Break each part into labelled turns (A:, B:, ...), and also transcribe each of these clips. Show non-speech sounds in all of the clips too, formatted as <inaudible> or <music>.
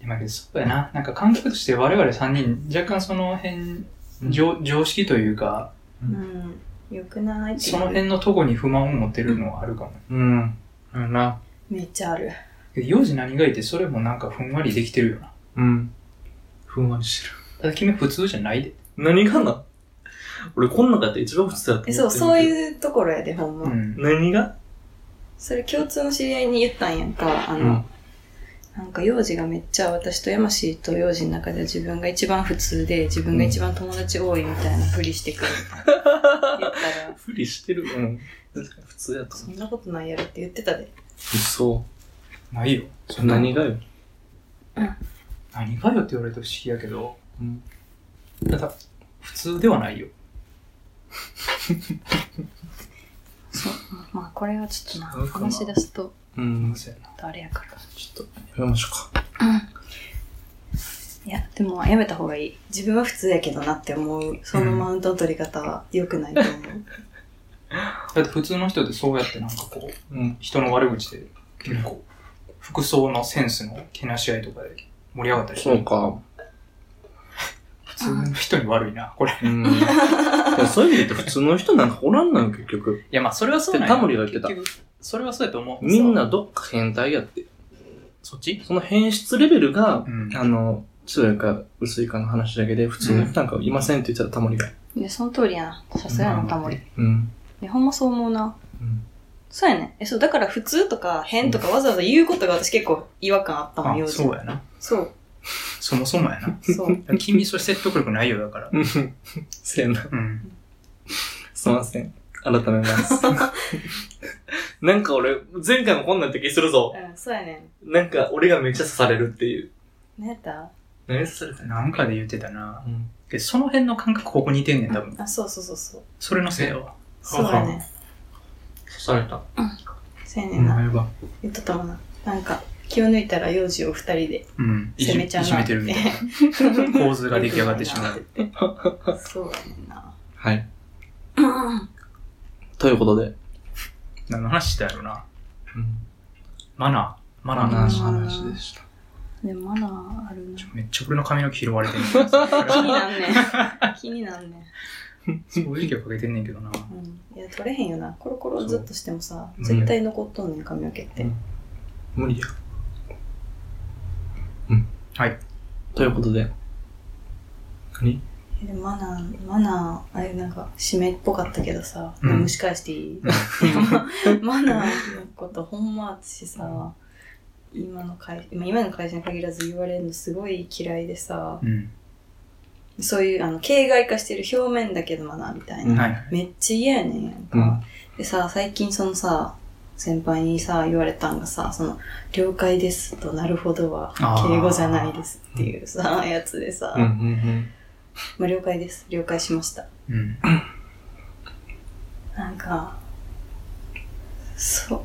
A: 今けど、そうやな。なんか感覚として我々3人、若干その辺、常常識というか、
B: うん。よくないって
A: その辺のとこに不満を持ってるのはあるかも。
C: うん。うんな。
B: めっちゃある。
A: 幼児何がいて、それもなんかふんわりできてるよな。
C: うん。ふんわりしてる。
A: ただ君普通じゃないで。
C: 何がな俺こん中やったら一番普通だと思って
B: え、
C: る
B: そう、そう
C: う。
B: いうところやで、ほんま。
A: うん。
C: 何が
B: それ共通の知り合いに言ったんやんか。あ
C: う
B: の、。なんか幼児がめっちゃ私と山氏と幼児の中では自分が一番普通で自分が一番友達多いみたいなふり <laughs> してくる。言ったら、
C: ふりしてる。うん。確かに普通やと思
B: そんなことないやろって言ってたで。
C: う。嘘。
A: ないよ。そんな
C: 何がよ。
A: 何がよって言われると不思議やけど、
C: うん。
A: ただ、普通ではないよ。
B: そう。まあこれはちょっとな、
C: そうかな
B: 話し出すと、
C: うん。
A: そうやな。
B: あれやから。
C: ちょっと、やめましょうか。
B: いや、でもやめた方がいい。自分は普通やけどなって思う。そのマウントの取り方は良くないと思 <laughs> う。
A: だって普通の人ってそうやってなんかこう、
C: うん。
A: 人の悪口で結構、服装のセンスのけなし合いとかで盛り上がったりす
C: そう
A: る。
C: か。
A: 普通の人に悪いな、これ。い
C: うん。でもそういう意味で普通の人なんかおらんのよ、結局。
A: や、まあそれはそうなん
C: タモリが言ってた
A: 結局それはそうやと思う。
C: みんなどっか変態やって。
A: そっち
C: その変質レベルが
A: う、ん。
C: あの、強いか薄いかの話だけで、普通の人なんかいませんって言ってたらタモリが。
B: いや、その通りやな。さすがやな、タモリ。い
C: うん。
B: や、ほんまそう思うな。
C: うん。
B: そうやね。え、そう、だから普通とか変とかわざわざ言うことが私結構違和感あったもん、
A: あ、
B: 幼児。
A: そうやな。
B: そう。
A: そもそもやな。 <laughs>
B: そう。
A: 君、それ説得力ないよ、だから。
C: うん <laughs> せやな。
A: うん。
C: すいません。改めます。 <laughs> なんか俺、前回もこんなん時するぞ。
B: うん、そうやね
C: なんか俺がめっちゃ刺されるっていう。
B: ん。何やった
C: 何刺された
A: なんかで言ってたな。
C: うん。
A: けどその辺の感覚ここ似てんねん、多分。
B: あ、そうそうそうそう。
A: それのせいやわ。
B: そうやね
C: 刺された。
B: ん。そうやね
A: うん
B: な。
A: やば。
B: 言っとったもんな。なんか、気を抜いたら幼児を二人で
A: うん。いじ
B: 攻めちゃう
A: いじ
B: な。
A: めてるみたいな構図が出来上がってしま
B: <laughs>
A: う。
B: う。そうやねんな。
C: はい。
B: うん
C: ということで。
A: 何の話したやろな。
C: うん。
A: マナー。マナーの
B: マナ
A: 話。
B: ー
C: 話でした。
B: でもマナーあるな。
A: めっちゃ俺の髪の毛拾われてんねん。
B: 気になんね
A: <laughs>
B: ん。気になんねん。
A: そういう意をかけてんねんけどな。
B: うん。いや、取れへんよな。コロコロずっとしてもさ、
A: そう
B: 絶対残っとんねん、髪の毛って。
C: 無理や。
A: はい。
C: ということで。何
B: えでもマナー、マナー、あれなんか、締めっぽかったけどさ、
A: うん
B: 蒸し返していい、 <laughs> マナーのこと、ほんま私さ、今の会、今今の会社に限らず言われるのすごい嫌いでさ、
A: うん。
B: そういう、あの、形骸化してる表面だけどマナーみたいな。
C: うん
A: はい。
B: めっちゃ嫌やねんやんか。
C: うん
B: でさ、最近そのさ、先輩にさ、言われたんがさ、その、了解ですとなるほどは、
A: あー
B: 敬語じゃないですっていうさ、やつでさ、
C: うんうん
B: まあ了解です。了解しました。
A: うん。
B: なんか、そう。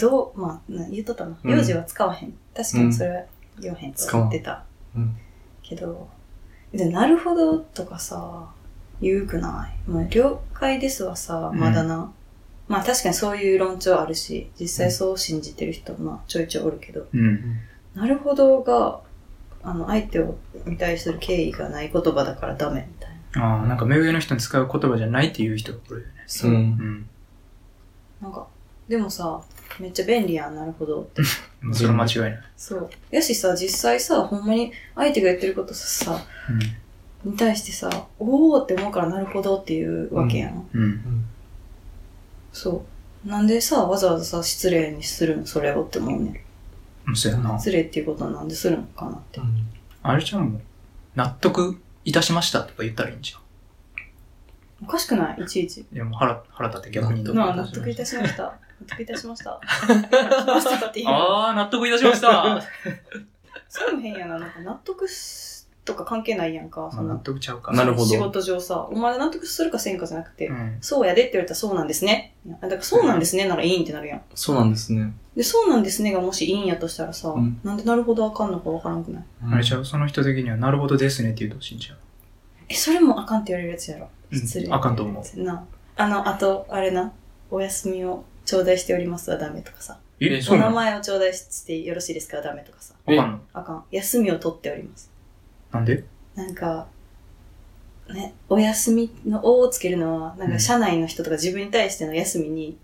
B: どう、まあ、な言うとったな。
C: うん
B: 幼児は使わへん。確かにそれは言わへんと思ってた。
C: うん。うん。
B: けど、でなるほどとかさ、言うくない。まあ、了解ですはさ、まだな。まあ確かにそういう論調あるし、実際そう信じてる人もまあちょいちょいおるけど、
A: うん。
B: なるほどが、あの、相手をに対する敬意がない言葉だからダメみたいな。
A: ああ、なんか目上の人に使う言葉じゃないっていう人がこれよね。
B: そうう。
C: ん。
A: ん。
B: なんか、でもさ、めっちゃ便利やん、なるほどって。
A: もうそれは間違いない。
B: そう。やしさ、実際さ、ほんまに相手が言ってることさ、に対してさ、おおって思うからなるほどっていうわけやん。
A: うん。うん。
B: そう。なんでさ、わざわざさ、失礼にするのそれをって思うね
A: うんそうや
B: ん。
A: な。
B: 失礼っていうことはなんでするのかなって。
A: あれちゃんも、納得いたしましたとか言ったらいいんじゃ
B: おかしくないいちいち。
A: ん。いやもう腹、腹立って逆にどう
B: なあ、
A: あ
B: 納得いたしました。納得いたし
A: <laughs>
B: ました。納得いたしましたっていう。
A: あー、納得いたしました <laughs> ま
B: それも変やな。なんか納得すとか関係ないやんか。
A: あ
B: そ
A: 納
B: の
A: 得ちゃうか。
C: なるほど
B: 仕事上さ、お前納得するかせんかじゃなくて、
A: うん。
B: そうやでって言われたらそうなんですね。いやだからそうなんですねならいいんってなるやん。
C: そうなんですね。
B: で、そうなんですねがもしいいんやとしたらさ、
C: うん
B: なんでなるほどあかんのかわからんくない
A: あれちゃう、その人的には、なるほどですねって言うとほしいんじゃん。
B: え、それもあかんって言われるやつやろ。
A: うん
B: 失礼。
A: あかんと思
B: う。な。あの、あと、あれな、お休みを頂戴しておりますはダメとかさ。
A: え、そ
B: お
A: うな
B: 名
A: のわ
B: 前を頂戴してよろしいですかダメとかさ。
A: かんの
B: あかん。休みを取っております。
A: なんで
B: なんか、ね、お休みの「お」をつけるのは、なん
A: う
B: か
A: ん
B: 社内の人とか自分に対しての休みに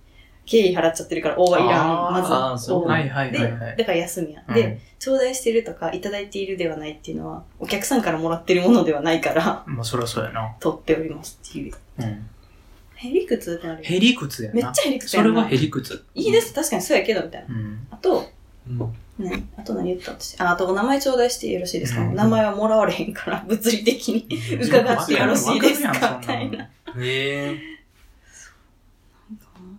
B: 敬意払っちゃってるから「お」はいらん。
A: あー
B: まず
C: あーそう
B: お
A: はいはい
B: で、
A: はいはい。
B: だから休みや。
A: うん
B: で、、頂戴してるとか、いただいているではないっていうのは、お客さんからもらってるものではないから、 <laughs>
A: まあそりゃそうやな。
B: 取っておりますっていう。
A: うん。
B: へりくつってなるよ
A: へりくつや
B: めっ
A: な。
B: ちゃへりくつ
A: そ
B: や
A: れ
B: ん
A: は
B: な。
A: へりくつ。
B: いいです、確かにそうやけど、みたいな。
A: うん。
B: あと、
C: うん。
B: ね、あと何言ったんですあ、あとお名前頂戴してよろしいですか、
A: うん
B: お名前はもらわれへんから、物理的に。伺
C: ってよろしい
B: ですか
A: わるやん
B: みたいな。
C: へえ。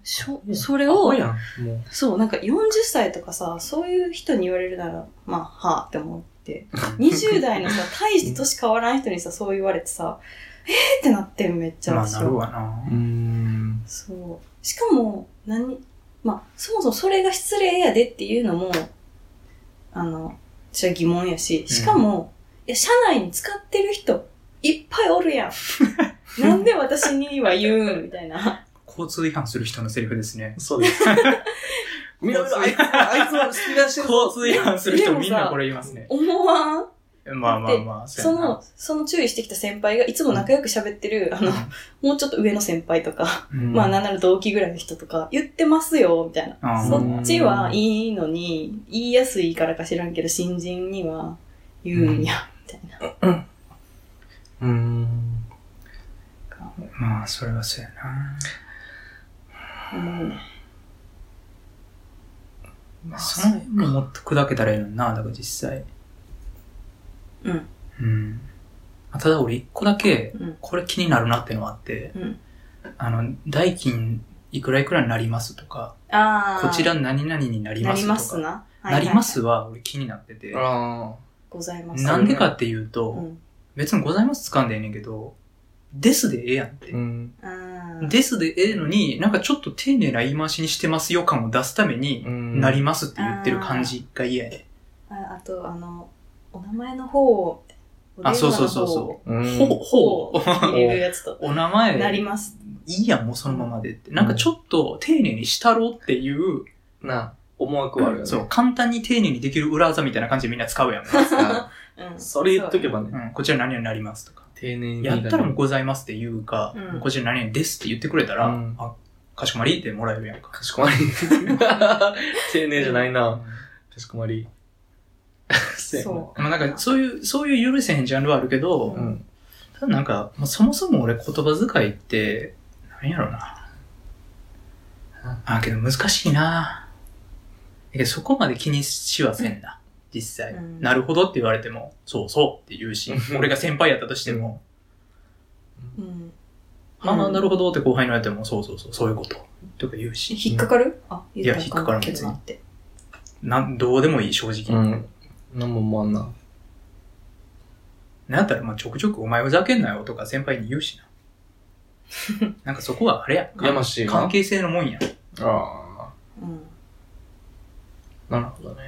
B: しょそ
A: そ
B: れ
A: んなの
B: を
A: アホ、やん。もう。
B: そう、なんか40歳とかさ、そういう人に言われるなら、まあ、はあって
A: <laughs>
B: 思って。20代のさ、大して年変わらん人にさ、そう言われてさ、えーってなってんめっちゃ
A: まあ
B: 私は
A: なるわな。
C: うん。
B: そう。しかも、何、まあ、そもそもそれが失礼やでっていうのも、あの、私は疑問やし、しかも、いや、社内に使ってる人、いっぱいおる
A: <laughs>
B: やん。なんで私には言うんみたいな。
A: 交通違反する人のセリフですね。
C: そうです。みんな、あいつ、あいつは知らしてる。
A: 交通違反する
B: で
A: 人
B: もさ
A: みんなこれ言いますね。
B: 思わん
A: まあまあまあ、
B: そ
A: やな
B: の、その注意してきた先輩がいつも仲良く喋ってる、あの、もうちょっと上の先輩とか、
A: うん
B: まあなんなら同期ぐらいの人とか、言ってますよ、みたいな。
A: あー
B: そっちはいいのに、言いやすいからか知らんけど、新人には言うんや、みたいな。
C: うん。
A: まあ、それはそうやな。
B: 思うね。
C: ま
A: その辺ももっと砕けたらいいのにな、だから実際。
B: うん。
A: うん。まあただ俺一個だけ、
B: うん。
A: これ気になるなってのがあって、
B: うん
A: あの、代金いくらいくらになりますとか、
B: ああ。
A: こちら何々になり
B: な
A: ま
B: り
A: す
B: ま
A: と
B: す
A: か、
B: な。はい
A: な
B: はい
A: りますは俺気になってて、
C: あ
B: ございます。
A: なんでかっていうと、
B: うん。
A: 別にございますつかんでええねんけど、ですでええやんって
C: あ。。うん。
B: あー
A: ですでええのに、なんかちょっと丁寧な言い回しにしてますよ感を出すために、
C: ん
A: なりますって言ってる感じが嫌やで。
B: ああと、あの、お名前の方を、
A: あ、そうそうそうそうう。
C: ん。
A: ほ、
B: う
A: ほ、
B: を
A: <laughs>
B: 入れるやつと、
A: お名前、
B: なります。
A: いいやん、もうそのままでって。なんかちょっと丁寧にしたろっていう、
C: な、思惑はあるよね。
A: そう、簡単に丁寧にできる裏技みたいな感じでみんな使うやん。
C: あ
B: うん。
C: それ言っとけば
A: う
C: ね、
A: ん、こちら何々になりますとか。
C: 丁寧に。
A: やったら
C: <laughs>
A: もうございますって言うか、
B: うん
A: こちら何々ですって言ってくれたら、
C: うん
A: あ、かしこまりってもらえるやんか。
C: かしこまり。丁寧じゃないな。かしこまり。
B: そう。
A: まあなんかそういう、そういう許せへんジャンルはあるけど、
B: う
C: う。
B: ん
C: ん。
A: ただなんか、まあ、そもそも俺言葉遣いって、なんやろな。あ、けど難しいな。だけどそこまで気にしはせんな。実際、
B: うん
A: なるほどって言われても、そうそうって言うし、
C: うん
A: 俺が先輩やったとしても、
B: うん。
A: ああ、なるほどって後輩に言われても、そうそうそう、そういうこと。とか言うし、
B: 引っかかるあ、言っ
A: い
B: た
A: や引っかからん
B: けどなって。
A: なん、どうでもいい、正直。
C: うん。なんも思わんな。
A: なんやったら、まあ、ちょくちょくお前ふざけんなよとか先輩に言う
B: <laughs>
A: しな。なんかそこはあれや。
C: やましいな
A: 関係性のもんや。
C: あ
B: うん。
C: あ。なるほどね。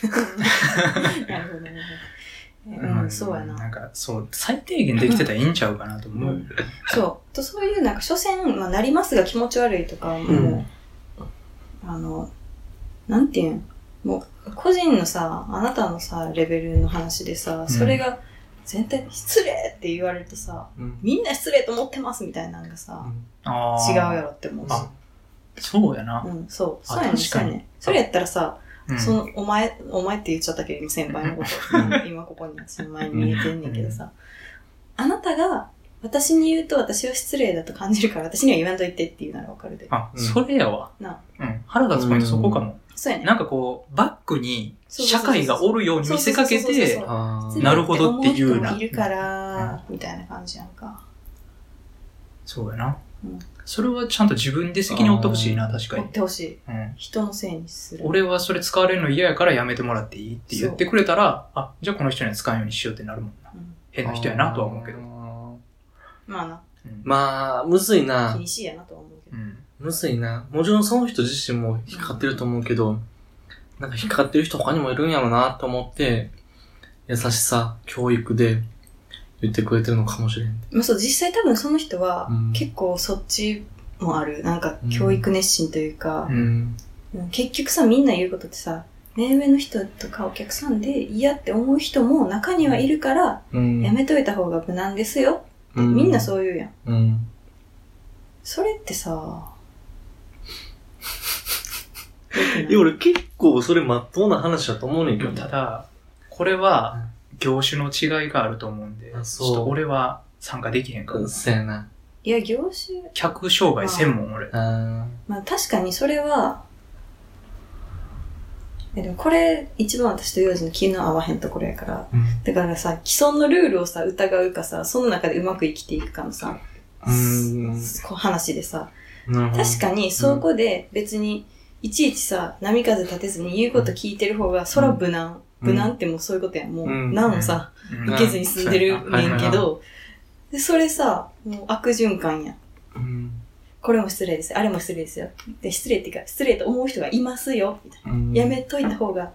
A: <laughs>
B: なるほどね。
A: まあ
B: うん、そうやな。
A: なんか、そう、最低限できてたらいいんちゃうかなと思う。
B: うんそう。とそういう、なんか、所詮、まあ、なりますが気持ち悪いとか、もう、
C: うん
B: あの、なんていうん、もう、個人のさ、あなたのさ、レベルの話でさ、それが、全体に失礼って言われるとさ、
C: うん。
B: みんな失礼と思ってますみたいなのがさ、
A: あ
B: 違う
A: ー
B: やろって思うし。
A: あそうやな。
B: うん、そう。
A: あ
B: そうやねん、
A: 確
B: そ
A: か
B: う
A: に
B: やねん。それやったらさ、
A: うん
B: その、お前、お前って言っちゃったけど、今先輩のこと。今ここに、その前に見えてんねんけどさ。あなたが、私に言うと私は失礼だと感じるから、私には言わんといてっていうならわかるで。
A: あ、
C: うん
A: それやわ。
B: な
A: うん。腹立つポイントそこかも。
B: そうやねん。
A: なんかこう、バックに
B: そうそ
A: 社
B: うそうそう
A: 会がおるように見せかけ
B: そうそうそうそ
A: て
B: う、
C: あ
A: なるほどって言うな
B: 思人もいるから、みたいな感じやんか。
A: そうやな
B: うん。
A: それはちゃんと自分で責任を負ってほしいな、確か
B: 追
A: に
B: っ。てほしい。
A: うん。
B: 人のせいにする。
A: 俺はそれ使われるの嫌やからやめてもらっていいって言ってくれたら、あ、じゃあこの人には使うようにしようってなるもんな。
B: うん
A: 変な人やなとは思うけど。
C: ど。
B: まあ
A: うん
C: まあ、むずい
B: な、気
C: な。
B: にしいやなとは思うけ
A: う
B: ど。
A: ん。
C: むずいな。もちろんその人自身も引っかかってると思うけど、なんか引っかかってる人他にもいるんやろなと思って、優しさ、教育で言ってくれてるのかもしれん。
B: まあそう、実際多分その人は
C: うん、
B: 結構そっちもある。なんか、教育熱心というか
A: う、
C: ん。
B: うん結局さ、みんな言うことってさ、目上の人とかお客さんで嫌って思う人も中にはいるから、
C: うん。
B: やめといた方が無難ですよ。
C: うん
B: みんなそう言うやん。
C: うん。
B: それっ
C: <laughs>
B: てさ、
C: いや、俺結構それ真っ当な話だと思うねんけ
A: で
C: ど
A: もた
C: な。
A: だ、これは業種の違いがあると思うんで、
C: あ
A: ち
C: そう
A: ょっと俺は参加できへんから
C: う。んそうやな。
B: いや、業種、
A: 客商売専門俺。
C: あ
B: まあ確かにそれは、えでもこれ、一番私と幼児の気の合わへんところやから。
C: ーうん
B: だからさ、既存のルールをさ、疑うかさ、その中でうまく生きていくかのさ、
C: うん
B: こう話でさ、
C: なるほど。
B: 確かにそこで別に、いちいちさ、波風立てずに言うこと聞いてる方が、そら無難。
C: うん
B: 無難ってもうそういうことやん。もう、
C: うん
B: 難をさ、
A: うん
C: ん
B: 受けずに進んでるねんけど、でそれさ、もう悪循環やん。
C: うん。
B: これも失礼ですよ。あれも失礼ですよ。で、失礼っていうか、失礼と思う人がいますよ。みたい
C: うん
B: なやめといた方が、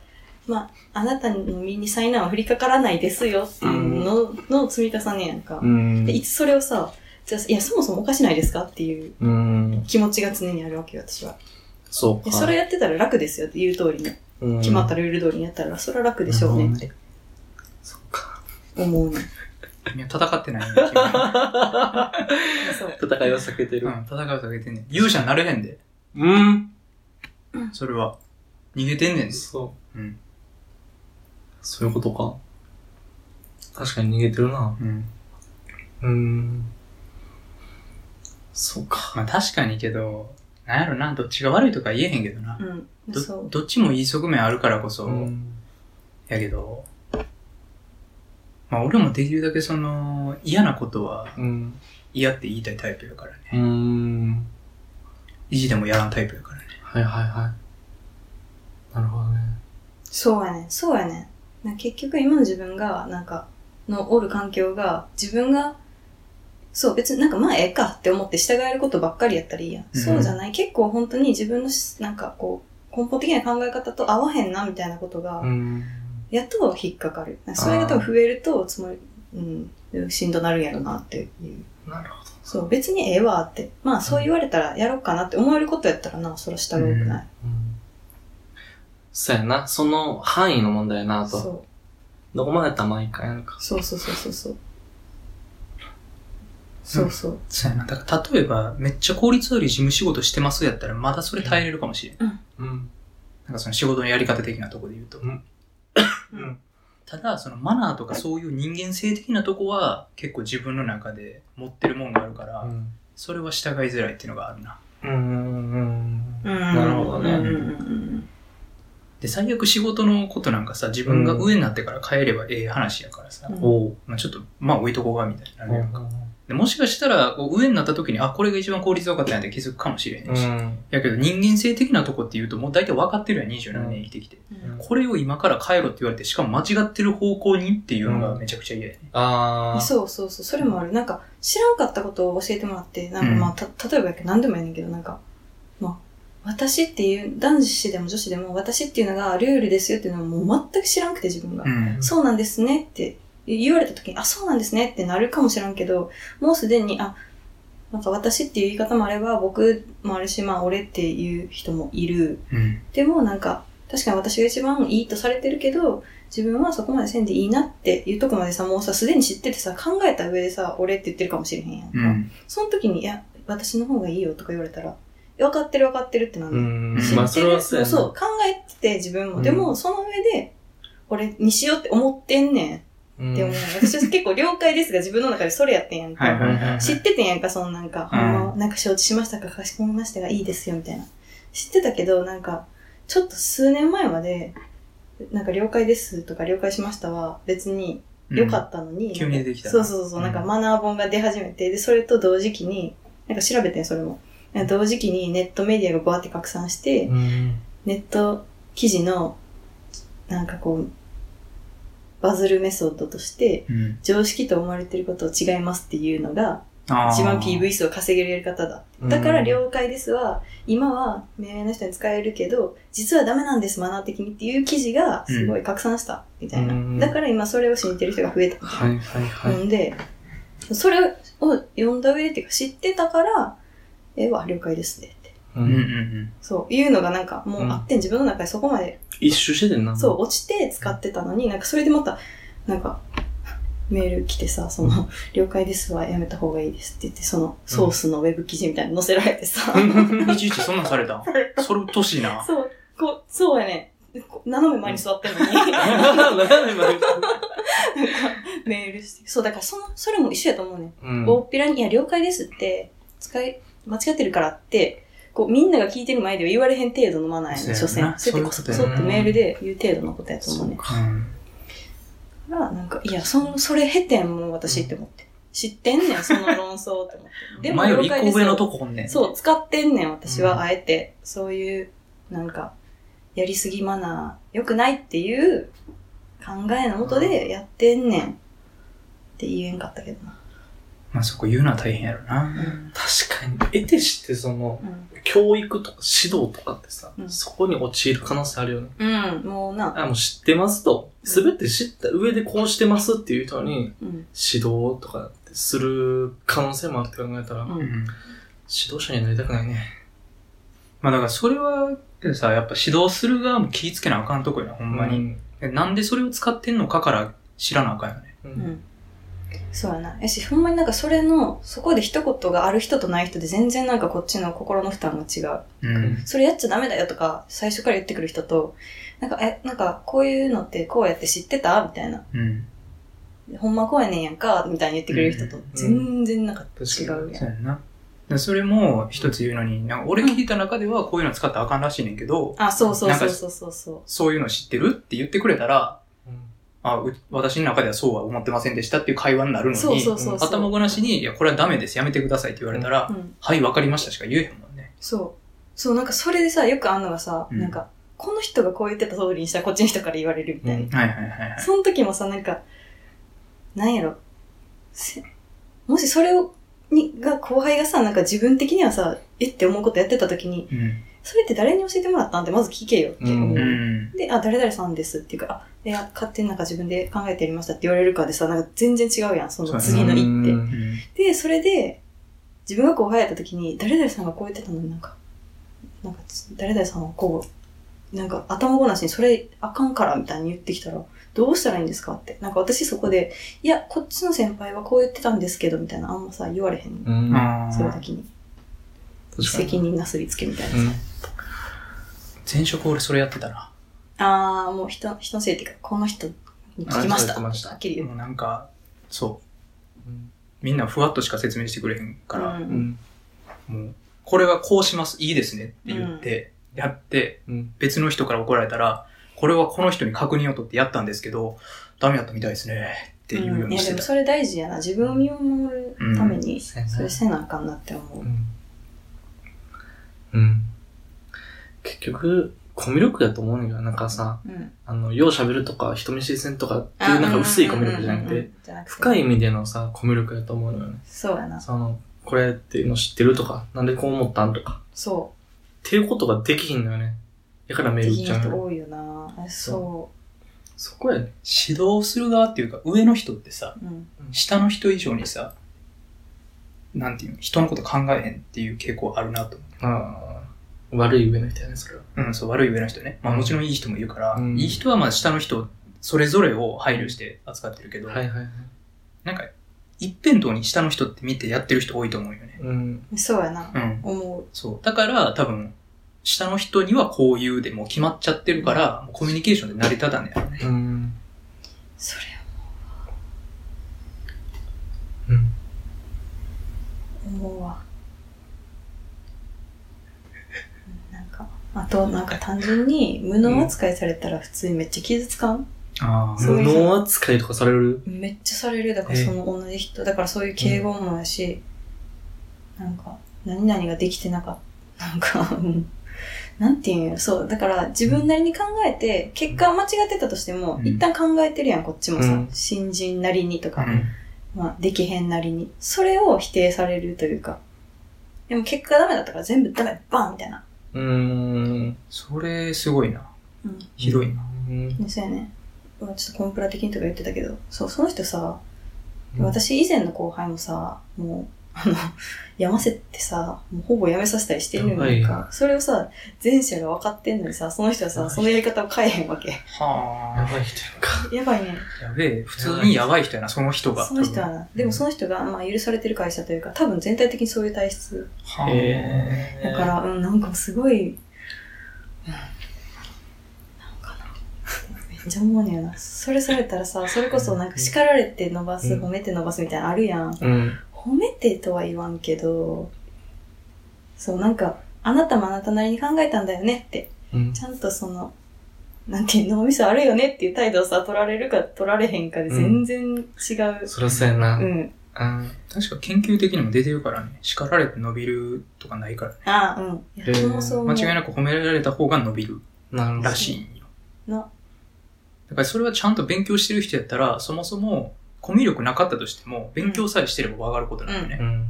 B: まあ、あなたの身に災難は降りかからないですよっていうのの積み重ねやんか
C: う。ん。
B: でいつそれをさ、じゃあいや、そもそもおかしないですかっていう
C: うん。
B: 気持ちが常にあるわけよ、私は。
C: そう
B: で
C: か。
B: それやってたら楽ですよって言う通りに、決まったルール通りにやったら、それは楽でしょうねって
C: そっか。
B: 思うね。
A: いや戦ってないね君は
B: そう。
C: 戦いは避けて
A: う
C: る。
A: ん、戦うだけでね。勇者になれへんで、
C: うん。
A: それは。逃げてんねんで。
C: そ
A: うん。
C: う。そういうことか。確かに逃げてるな。
A: うん。
C: うん。そうか。
A: まあ確かにけど、なんやろな、どっちが悪いとか言えへんけどな。
B: うん。
A: ど
B: そう。
A: どっちもいい側面あるからこそ、
C: うん。
A: やけど、まあ俺もできるだけその嫌なことは
C: うん。
A: 嫌って言いたいタイプやからね。
C: うん。
A: 意地でもやらんタイプやからね。
C: はいはいはい。なるほどね。
B: そうやねん、そうやねん。なんか結局今の自分が、なんか、のおる環境が、自分が、そう、別になんかまあええかって思って従えることばっかりやったらいいやん。
A: うん
B: そうじゃない。結構本当に自分のし、なんかこう、根本的な考え方と合わへんなみたいなことが、
C: ん。
B: やっと引っかかる。なんかそれが多分増えると、つもり、うん、しんどなるんやろなっていう。
C: なるほ
B: そう、別にええわって。まあそう言われたらやろうかなって思えることやったらな、それは従うくない。
C: ど。うん。そうやな。その範囲の問題やなと。
B: そう。
C: どこまでやったら毎回やるか。
B: そうそうそうそうそう。そうそう。
A: そうやな。だから例えば、めっちゃ効率より事務仕事してますやったら、まだそれ耐えれるかもしれん。
C: うん。
A: なんかその仕事のやり方的なとこで言うと。
C: うん
B: うん。
A: ただ、そのマナーとかそういう人間性的なとこは、結構自分の中で持ってるもんがあるから、
C: うん。
A: それは従いづらいっていうのがあるな。
C: うん。
B: な
C: るほどね
A: で、最悪仕事のことなんかさ、自分が上になってから変えればええ話やからさ、
B: うん
C: おう。
A: まあちょっと、まあ置いとこうがみたいになるやんか。でもしかしたら、こう上になった時に、あ、これが一番効率よかったんやって気づくかもしれへ
C: うん
A: し。
C: ん。
A: やけど人間性的なとこって言うと、もう大体分かってるやん、27年生きてきて。
C: うん
A: これを今から変えろって言われて、しかも間違ってる方向にっていうのがめちゃくちゃ嫌やね。
C: あー。
B: そうそうそう、それもある。なんか、知らんかったことを教えてもらって、なんかまあ、た、例えばやけど何でもいいねんけど、なんか、まあ、私っていう、男子でも女子でも、私っていうのがルールですよっていうのはもう全く知らんくて自分が。
A: うん。
B: そうなんですねって言われた時に、あ、そうなんですねってなるかもしらんけど、もうすでに、あ、なんか私っていう言い方もあれば、僕もあるし、まあ俺っていう人もいる。
A: うん。
B: でもなんか、確かに私が一番いいとされてるけど、自分はそこまでせんでいいなっていうとこまでさ、もうさ、すでに知っててさ、考えた上でさ、俺って言ってるかもしれへんやんか。
A: うん。
B: その時に、いや、私の方がいいよとか言われたら、分かってる分かってるってなんで、
C: ん
A: 知ってる
C: まあ、それはそうやな。
B: そう、考えてて自分も。
C: うん
B: でも、その上で、俺にしようって思ってんねん。
C: うん。
B: でも、私は結構了解ですが、自分の中でそれやってんやんか。
A: はいはいはい。
B: 知っててんやんか、そのなんか、
A: うん
B: ほんま、なんか承知しましたか、かしこまりましたが、いいですよ、みたいな。知ってたけど、なんか、ちょっと数年前まで、なんか了解ですとか了解しましたは、別に良かったのに、
A: 急に出てきた
B: そうそうそう、
A: うん
B: なんかマナー本が出始めて、で、それと同時期に、なんか調べてん、それも。なんか同時期にネットメディアがバーって拡散して、
C: うん。
B: ネット記事の、なんかこう、バズるメソッドとして、
A: た。うん。
B: 常識と思われてることを違いますっていうのが、
A: あー
B: 一番 PV 数を稼げるやり方だ。だから、了解ですは、今は名の人に使えるけど、実はダメなんです、マナー的にっていう記事がすごい拡散した、みたいな
C: う。ん
B: だから今それを信じてる人が増えた。
C: はいはいはい。
B: んで、それを読んだ上でっていうか知ってたから、ええわ、了解ですねって。
C: う
A: うんうん
C: ん。
B: そう、いうのがなんかもうあって、自分の中でそこまで、
C: 一周しててんな。
B: そう、落ちて使ってたのに、なんかそれでまた、なんか、メール来てさ、そ
A: <laughs>
B: の、了解ですわ、やめた方がいいですって言って、その、ソースのウェブ記事みたいに載せられてさ、
A: うん。いちいちそんなんされたんそれうっとうしいな。
B: <laughs> そう、こう、そうやね。こう斜め前に座ってるのに、 <laughs> メールして。そう、だからその、それも一緒やと思うね。
C: うん。
B: 大っぴらに、いや、了解ですって、使い、間違ってるからって、こう、みんなが聞いてる前では言われへん程度のマナーや
A: そう
B: ね、
A: やな
B: 所詮。それでこそこそ
A: そう
B: っ
A: や
B: て
A: な
B: メールで言う程度のことやと思うね。
A: うん
B: だから、なんか、いや、その、それ経てんもん私って思って。知ってんねん、その論争って思
C: <laughs>
B: って。でも、
A: 前より
B: 了
A: 一
B: 解で
A: 個
B: す
A: 上の
B: よ。
A: とこおんねん。
B: そう、使ってんねん、私
C: うん
B: は、あえて。そういう、なんか、やりすぎマナー、良くないっていう考えのもとでやってんねん。って言えんかったけどな。
A: まあそこ言うのは大変やろな。
C: 確かに。得てしてその、
B: うん。
C: 教育とか指導とかってさ、
B: うん
C: そこに陥る可能性あるよね。
B: うん、もうな。
C: あ、もう知ってますと。すべて知った上でこうしてますっていう人に指
B: うん。
C: 導とかってする可能性もあるって考えたら、
B: う
A: う
C: 指
B: ん
A: ん
C: 導者になりたくないね。
A: まあだからそれは、さ、やっぱ指導する側も気ぃつけなあかんとこやな、ほ
C: ほ
A: んまに。。えなんでそれを使ってんのかから知らなあかんよね。
C: う。
B: うんんそうやな。やし、ほんまになんかそれの、そこで一言がある人とない人で全然なんかこっちの心の負担が違う。
A: うん。
B: それやっちゃダメだよとか、最初から言ってくる人と、なんか、え、なんかこういうのってこうやって知ってたみたいな。
A: うん。
B: ほんまこうやねんやんか、みたいに言ってくれる人と
A: うん
B: 全然なんか違うやん。
A: そうやんな。でそれも一つ言うのに、なんか俺聞いた中ではこういうの使ったらあかんらしいねんけど、
B: あ、そうそう
A: なん
B: そ
A: か
B: うそうそうそ
A: そういうの知ってるって言ってくれたら、
C: うん
A: あう私の中ではそうは思ってませんでしたっていう会話になる
B: う。
A: の
B: そう
A: に
B: そう、そうそう。
A: 頭ごなしに、いや、これはダメです、やめてくださいって言われたら、
B: うん。
A: はい、わかりましたしか言えへんもんね。
B: そう。そう、なんかそれでさ、よくあんのがさ、
A: うん
B: なんか、この人がこう言ってた通りにしたらこっちの人から言われるみたいな。
C: うん
A: はいはいはいはい。
B: その時もさ、なんか、なんやろ、せもしそれを、に、が、後輩がさ、なんか自分的にはさ、えって思うことやってた時に、
A: うん。
B: それって誰に教えてもらったんってまず聞けよって思う。
A: うん。
B: で、あ、誰々さんですっていうか、あ、いや、勝手になんか自分で考えてやりましたって言われるかでさ、なんか全然違うやん、その次の一手。
C: う
A: うんん
B: で、それで、自分が後輩やった時に、誰々さんがこう言ってたのになんか、なんか、誰々さんはこう、なんか頭ごなしにそれあかんからみたいに言ってきたら、どうしたらいいんですかって。なんか私そこで、いや、こっちの先輩はこう言ってたんですけど、みたいな、あんまさ、言われへん。
C: うん。
A: あ
B: そういう
A: ー
B: 時に。
C: 確かに。
B: 責任なすりつけみたいなさ。
C: うん
A: 前職俺それやってたな。
B: あー、もう人、人のせいっていうか、この人に聞きました。
C: あそう言ってました
B: はっきり言う。
A: もうなんか、そう。みんなふわっとしか説明してくれへんから、
B: う。
C: うんん。
A: もう、これはこうします、いいですねって言って、やって、
C: うん。
A: 別の人から怒られたら、これはこの人に確認を取ってやったんですけど、ダメだったみたいですね、っていうよう
B: い
A: に
B: や、
A: し
B: で
A: て
B: も
A: た。
B: それ大事やな。自分を身を守るために、
C: そうやな
B: それせなあかんなって思う
C: う。ん。うん。結局、コミュ力だと思うねんだけど、なんかさ、
B: うん。
C: あの、よう喋るとか、人見知りせんとかっていう、なんか薄いコミュ力じゃなく
B: うんうんうん
C: て、
B: うん、じゃなくて
C: 深い意味でのさ、コミュ力だと思うのよね。
B: そうやな。
C: その、これっていうの知ってるとか、なんでこう思ったんとか、
B: そ
C: っていうことができひんのよね。だから
B: う。
C: メー
B: で
C: ル
B: き
C: 打っちゃう
B: る
C: の
B: 人
C: よ。
B: 多いよな。えそ
C: そこやね。
A: 指導する側っていうか、上の人ってさ、
B: う。うん。
A: 下の人以上にさ、なんていうの、人のこと考えへんっていう傾向あるなと思
C: ああ、悪い上の人やね、それは。
A: う。うん、そう、悪い上の人ね。まあもちろんいい人もいるから、
C: うん
A: いい人はまあ下の人、それぞれを配慮して扱ってるけど、
C: はいはいはい。
A: なんか、一辺倒に下の人って見てやってる人多いと思うよね。
C: うん。
B: そうやな
A: う。ん。
B: 思う。
A: そう。だから、多分、下の人にはこういうでもう決まっちゃってるから、もうコミュニケーションで成り立たんねやろね。
C: うん。
B: それ
C: うん。
B: 思うわ。うんなんか、あと、なんか単純に無能扱いされたら普通にめっちゃ傷つかん
A: あ
B: そう
C: 無
B: いう
C: 能扱いとかされる
B: めっちゃされる。だから
C: ええ
B: その同じ人。だからそういう敬語もやし、なんか、何々ができてなかった。なんか、うんなんていうんや。そう。だから自分なりに考えて、結果間違ってたとしても、
A: うん
B: 一旦考えてるやん、こっちもさ。
C: うん
B: 新人なりにとか、
A: うん。
B: まあ、できへんなりに。それを否定されるというか。でも結果ダメだったから全部ダメ、バンみたいな。
C: うーん。
A: それ、すごいな。
B: うん。
A: ひどいな。
C: うん。
B: でそうやね。まあちょっとコンプラ的にとか言ってたけど、そう、その人さ、
C: うん
B: 私以前の後輩もさ、もう、あの、 <laughs> やませってさ、もうほぼやめさせたりしてるのにか、
C: は
B: それをさ、前者が分かってんのにさ、その人は
C: は
B: さ、
C: い
B: そのやり方を変えへん <laughs> わけ。
A: は
C: やばい人やんか。
B: やばいね。
A: あ。やべえ。普通にやばい人やな、その人が。
B: その人はな、でもその人が、まあ、許されてる会社というか、多分全体的にそういう体質。
A: はあ。
C: へー
B: だから、うん、なんかすごい、うん、なんかな、めっちゃ思うねんな。それされたらさ、それこそなんか叱られて伸ばす、
C: うん
B: 褒めて伸ばすみたいなのあるやん。
C: うん。
B: 褒めてとは言わんけど、そう、なんか、あなたもあなたなりに考えたんだよねって、
C: うん。
B: ちゃんとその、なんていうの、脳みそあるよねっていう態度をさ、取られるか取られへんかで
C: うん
B: 全然違う。
C: そりゃそうやな。
B: うん。
C: うん。
A: 確か研究的にも出てるからね。叱られて伸びるとかないからね。
B: ああ、うん。いや
C: へー
B: 私もそう
A: 間
B: 思う。
A: 違いなく褒められた方が伸びる
C: なるほど
A: ら。しいんよ。
B: な。
A: だからそれはちゃんと勉強してる人やったら、そもそもコミュ力なかったとしても、勉強さえしてれば分かることなんだよね。
C: うん。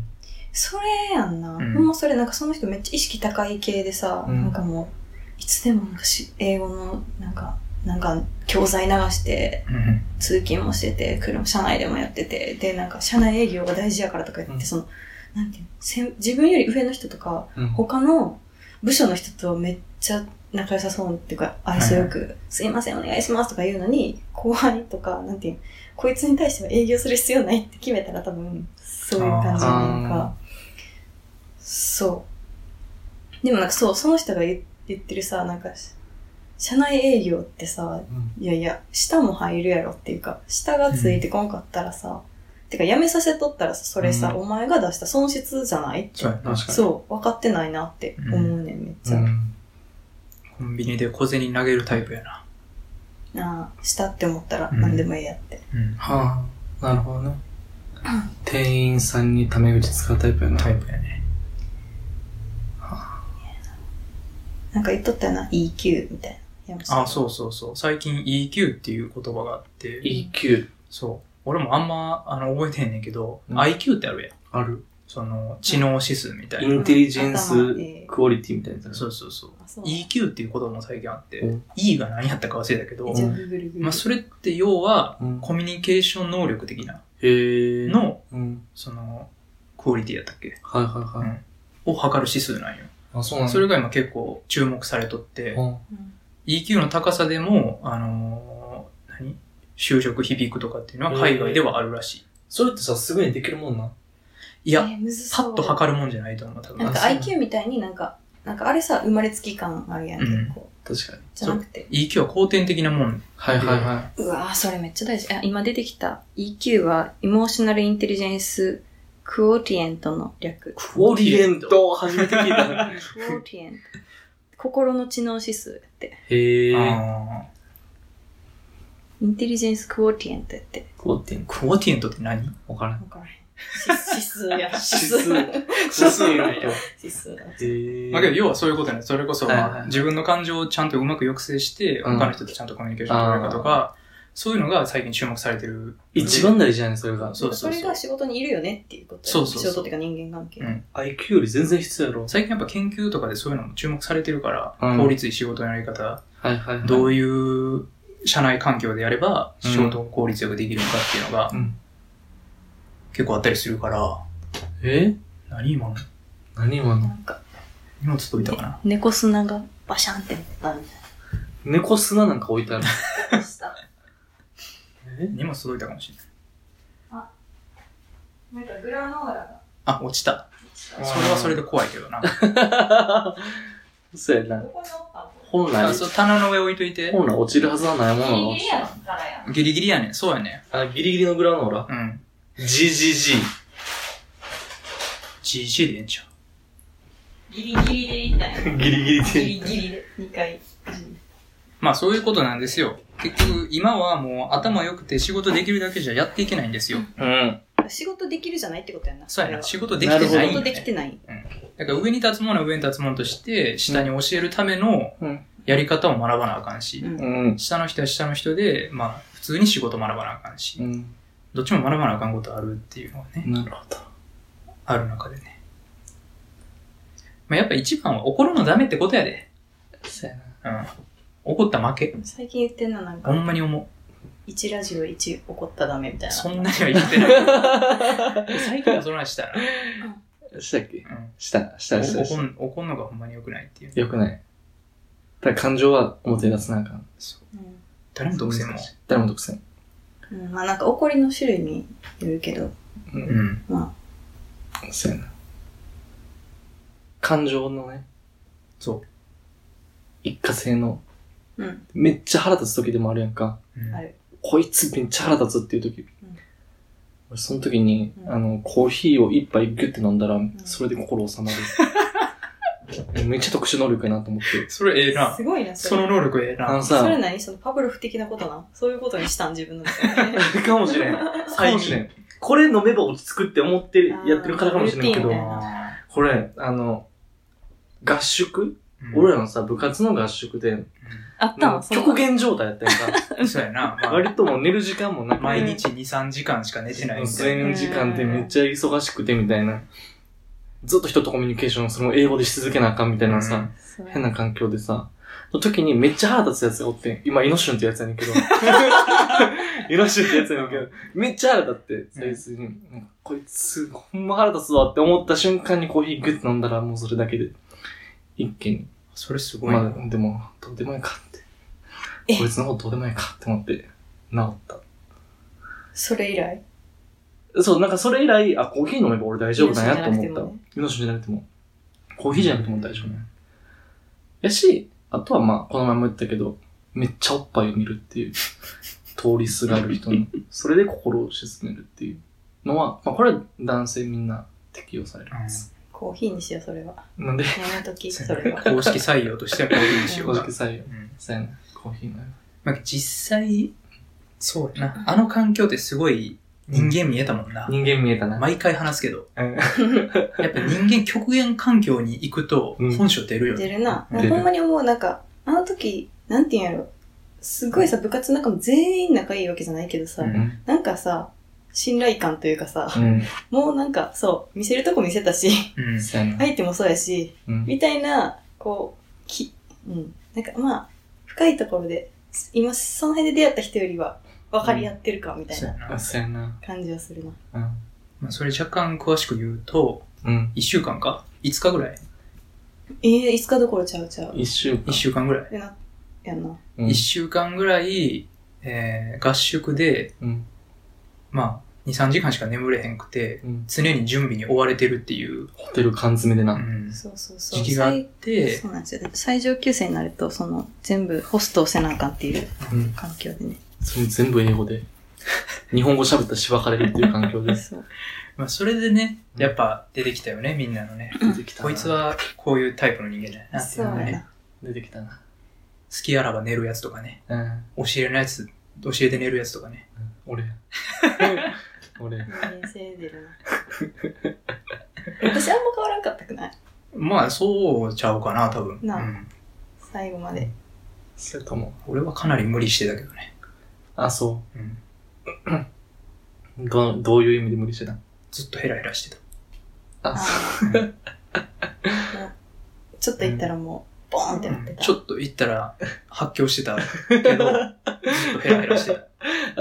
B: それやんな。
A: うん
B: ほんまそれ、なんかその人めっちゃ意識高い系でさ、
C: うん
B: なんかもう、いつでもなんかし英語の、なんか、なんか、教材流して、
A: うん
B: 通勤もしてて、車、車内でもやってて、で、なんか、車内営業が大事やからとか言って、
C: うん
B: その、なんていうのせん、自分より上の人とか、
C: うん。
B: 他の部署の人とめっちゃ仲良さそうっていうか、愛想よく、すいません、お願いしますとか言うのに、後輩とか、なんていうのこいつに対しては営業する必要ないって決めたら多分、そういう感じなんか、そう。でもなんかそう、その人が言言ってるさ、なんか、社内営業ってさ、
C: うん
B: いやいや、舌も入るやろっていうか、舌がついてこんかったらさ、てかやめさせとったらさ、それさ、
C: うん
B: お前が出した損失じゃない
A: そうやな確かに
B: そう、分かってないなって思うねん、めっち
C: う
B: ゃ。
C: ん。
A: コンビニで小銭投げるタイプやな。
B: ああ、舌って思ったら
A: うん
B: 何でもええやって。
A: うん。
C: はあ、なるほどね。 <clears throat> 店員さんにタメ口使うタイプやな。
A: タイプやね。
B: なんか言っとったよな、EQ みたいな。山下
A: あ、そうそうそう。最近 EQ っていう言葉があって、
C: EQ。
A: そう。俺もあんま、あの、覚えてへんねんけど、
C: うん
A: IQ ってあるやん。
C: ある。
A: その、知能指数みた
C: イ
A: いな。
C: ンテリジェンスクオリティみたいなやつやな。
A: そうそうそう。
B: あそう
A: EQ っていう言葉も最近あって、
C: うん
A: E が何やったか忘れたけど
B: え、じゃあ、グーグルグーグル。
A: まあ、それって要は
C: うん、
A: コミュニケーション能力的な、
C: へえ。
A: の、
C: うん。
A: その、クオリティやったっけ
C: はいはいはい。
A: を測る指数なんよ。
C: あ、そうなんだ。
A: それが今結構注目されとって、
C: うん。
B: うん、
A: EQ の高さでも、あのー何就職響くとかっていうのは海外ではあるらしい。
C: それってさ、すぐにできるもんな。
A: い
B: い
A: や、
B: むず
A: パ
B: そう
A: ッと測るもんじゃないと思う、多分。
B: なんか IQ みたいになんか、なんかあれさ、生まれつき感あるやん、
A: うん
B: 結構。
C: 確かに。
B: じゃなくて。
A: EQ は後天的なもん。
C: はいはいは
B: うわぁ、それめっちゃ大事。あ今出てきた EQ は、エモーショナルインテリジェンスクオリエントの略。
C: い。クオリエント、初めて聞い <laughs> た。
B: クオリエント。心の知能指数やって。
C: へえ。
A: あー
B: インテリジェンスクオリエントやって。
C: クオリエント。
A: クオーティエントって何
C: わからん。
B: わからへん。指数
A: <laughs>
B: や。指
C: 指数やんや。
B: 指数だ。
C: へえ。
A: まあけど、要はそういうことやね。それこそ、
C: はいはい
A: まあ、自分の感情をちゃんとうまく抑制して、
C: うん
A: 他の人とちゃんとコミュニケーション取れるかとか、そういうのが最近注目されてる。
C: 一番大事じゃない、それが。
A: そうそう
B: れ
A: そう
B: が。仕事にいるよねっていうことや
A: そうそうそう
B: 仕事っていうか人間関係。
A: うん
C: IQ より全然必要やろ。
A: 最近やっぱ研究とかでそういうのも注目されてるから、
C: うん
A: 効率いい仕事のやり方、
C: はいはいはい。
A: ど
C: う
A: ういう社内環境でやれば
C: うん
A: 仕事を効率よくできるのかっていうのが
C: うん。
A: 結構あったりするから、
C: え
A: 何今の
C: 何今の
B: なんか、
A: 荷物届いたかな
B: 猫砂がバシャンってなったみ
C: 猫砂なんか置いてある。
B: たいな。した。
C: え
A: 荷物届いたかもしれない。
B: なんかグラノーラが。
A: あ、落ちた。それはそれで怖いけどな。
C: <laughs> そうやな。
B: こにおった
C: 本来
A: あ、そう、棚の上置いといて。
C: 本来落ちるはずはないものが落ちた。
B: ったらやん。
A: ギリギリやね。そうやね。
C: あ、ギリギリのグラノーラ。
A: うん。
C: GGG。
A: GG でええんちゃう。
B: ギリギリでいったんや。
C: ギリギリ
B: ギ
C: で。
B: リギリで2回。
A: まあそういうことなんですよ。結局、今はもう頭良くて仕事できるだけじゃやっていけないんですよ。
C: うん。
B: 仕事できるじゃないってことやな。
A: そうやな。
B: 仕
A: 仕事できてないん
B: 事
A: よ、
B: でき
A: ね。
B: てない。
A: だから上に立つものは上に立つものとして、下に教えるための
C: うん
A: やり方を学ばなあかんし
B: う、ん
C: うん。
A: 下の人は下の人で、まあ普通に仕事学ばなあかんし、
C: うん。
A: どっちも学ばなあかんことあるっていうのはね、
C: なるほど。
A: ある中でね。まあやっぱ一番は怒るのダメってことやで。
C: そうやな。
A: うん。怒ったら負け。
B: 最近言ってんのなん
A: ほ
B: か、
A: んまに思う。
B: 1ラジオ1怒ったらダメみたいな。
A: そんなには言ってない。
C: <laughs>
A: 最近はその話したら、
C: したっけ
A: うん
C: した、した、した、し
A: 怒ん怒んのがほんまに良くないっていう。
C: た。よくない。ただ感情は表に出さなあかん。
A: そう
B: うん
A: 誰も独占も。
C: 誰も独占。
B: うん、まあなんか怒りの種類によるけど、
C: う。
A: うんん。
B: ま
C: そうやな。感情のね、
A: そ
C: 一過性の、
B: あ、うん。
C: めっちゃ腹立つ時でもあるやんか。
A: う。うん
B: ある
C: こいつめっちゃ腹立つっていう時。俺その時に、
B: うん
C: あの、コーヒーを一杯ギュって飲んだら、それで心収まる。 <laughs> めっちゃ特殊能力やなと思って。
A: それええな。
B: すごいな、そ
A: そ
B: れ。
A: の能力ええ
C: あの
A: な。
B: それ
C: さ、
B: 何そのパブロフ的なこと <laughs> なそういうことにしたん自分の中
C: <laughs>
B: で。
C: かもしれん。かもしれん。これ飲めば落ち着くって思ってるやってるからかもしれんけ
B: ル
C: ど
B: ーティンみたい、な
C: これ、あの、合宿、
A: うん
C: 俺らのさ、部活の合宿で、
B: あっ
C: も
B: た
C: うん極限状態やったやんか。
A: うんそうやな。
C: <laughs>
A: まあ
C: 割ともう寝る時間もなく、
A: 毎日2、3時間しか寝てないみたいな。
C: 睡眠時間ってめっちゃ忙しくてみたいな。ずっと人とコミュニケーション、それも英語でし続けなあかんみたいなさ。
A: うん
C: 変な環境でさ、の時にめっちゃ腹立つやつがおってん、今、イノシュンってやつやね
A: <laughs>
C: んけど。イノシュンってやつやねんけど、めっちゃ腹立って、そいつに、うんこいつ、ほんま腹立つわって思った瞬間にコーヒーグッと飲んだら、もうそれだけで、一気に。
A: それすごいな
C: ま。あ、でも、どうでもいいかって。
B: え
C: こいつのことどうでもいいかって思って、治っ
B: それ以来
C: た。そう、なんかそれ以来、あ、コーヒー飲めば俺大丈夫なんやと思
B: イノシンじゃなくても
C: っ
B: ね
C: た。イノシュンじゃなくても。コーヒーじゃなくても大丈夫ね。やし、あとはまあ、この前も言ったけど、めっちゃおっぱいを見るっていう、通りすがる人
B: <laughs>
C: の、それで心を沈めるっていうのは、まあこれは男性みんな適用されるんです。
B: コーヒーにしよう、それは。
C: なんで、
B: やめとき、
A: そう
B: そ
A: や
B: れ
A: な
B: は。
A: 公式採用としてはこういうにしよ
C: 公
A: う
C: 式
A: が。
C: 採用。
A: うん
C: そうやな、コーヒーの。
A: まあ実際、そうやな。あの環境ってすごい人間見えたもんな。
C: 人間見えたな。
A: 毎回話すけど、
C: うん
A: やっぱ人間極限環境に行くと
C: うん
A: 本性出るよ
B: 出
A: ね。
B: るな。
A: 出
C: る
B: ほんまに思う、なんか、あの時、なんて言うんやろ。すごいさ、部活の中も全員仲いいわけじゃないけどさ、
A: うん
B: なんかさ、信頼感というかさ、
C: うん。
B: もうなんか、そう、見せるとこ見せたし、
A: うん。
C: そうやな。
B: 相手もそうやし、
C: うん
B: みたいな、こう、き、うん。なんかまあ、深いところで、今、その辺で出会った人よりは、分かり合ってるか、みたい
A: そうや
B: な
A: な
C: あ。そうやな。
B: 感じはするな。
C: うん。
A: まあそれ若干詳しく言うと、
C: うん。
A: 1週間か ?5 日ぐらい
B: ええいつかどころちゃうちゃう。
C: 一週間
A: ?1。週間ぐらい
B: えな、やんな。
C: うん
A: 一週間ぐらい、えー合宿で、
C: うん。
A: まあ、2、3時間しか眠れへんくて、
C: うん
A: 常に準備に追われてるっていう、
C: ホテル缶詰で
A: う
C: な。
A: ん
B: そうそうそう。
A: 時期があっ
B: 最
A: て、
B: そうなんですよ。最上級生になると、その、全部ホストをせなあかんっていう
C: うん。
B: 環境でね。
C: それ全部英語で。日本語喋ったらしばかれるっていう環境で。
B: そう。
A: まあ、それでね、
C: うん
A: やっぱ出てきたよね、みんなのね。
C: 出てきたな
A: こいつはこういうタイプの人間だよなってい
B: そう
A: うの
B: や
A: ね。
B: な。
C: 出てきたな。
A: 好きあらば寝るやつとかね。
C: うん。
A: 教えのやつ、教えて寝るやつとかね。 <laughs>
C: 俺。俺。
B: 人生出るな。私あんま変わらんかったくない
A: まあ、そうちゃうかな、多分。う
B: なあ
A: ん。
B: 最後まで。
C: それとも。
A: 俺はかなり無理してたけどね。
C: あ、そ
A: うん。
C: う。ど、どういう意味で無理してた
A: ずっとヘラヘラしてた。
C: あ、そ
B: ちょっと行ったらもう、ボーンってなってた。
A: ちょっと行ったら発狂してたけ
B: <laughs>
A: ど、ずっとヘラヘラしてた。
C: う。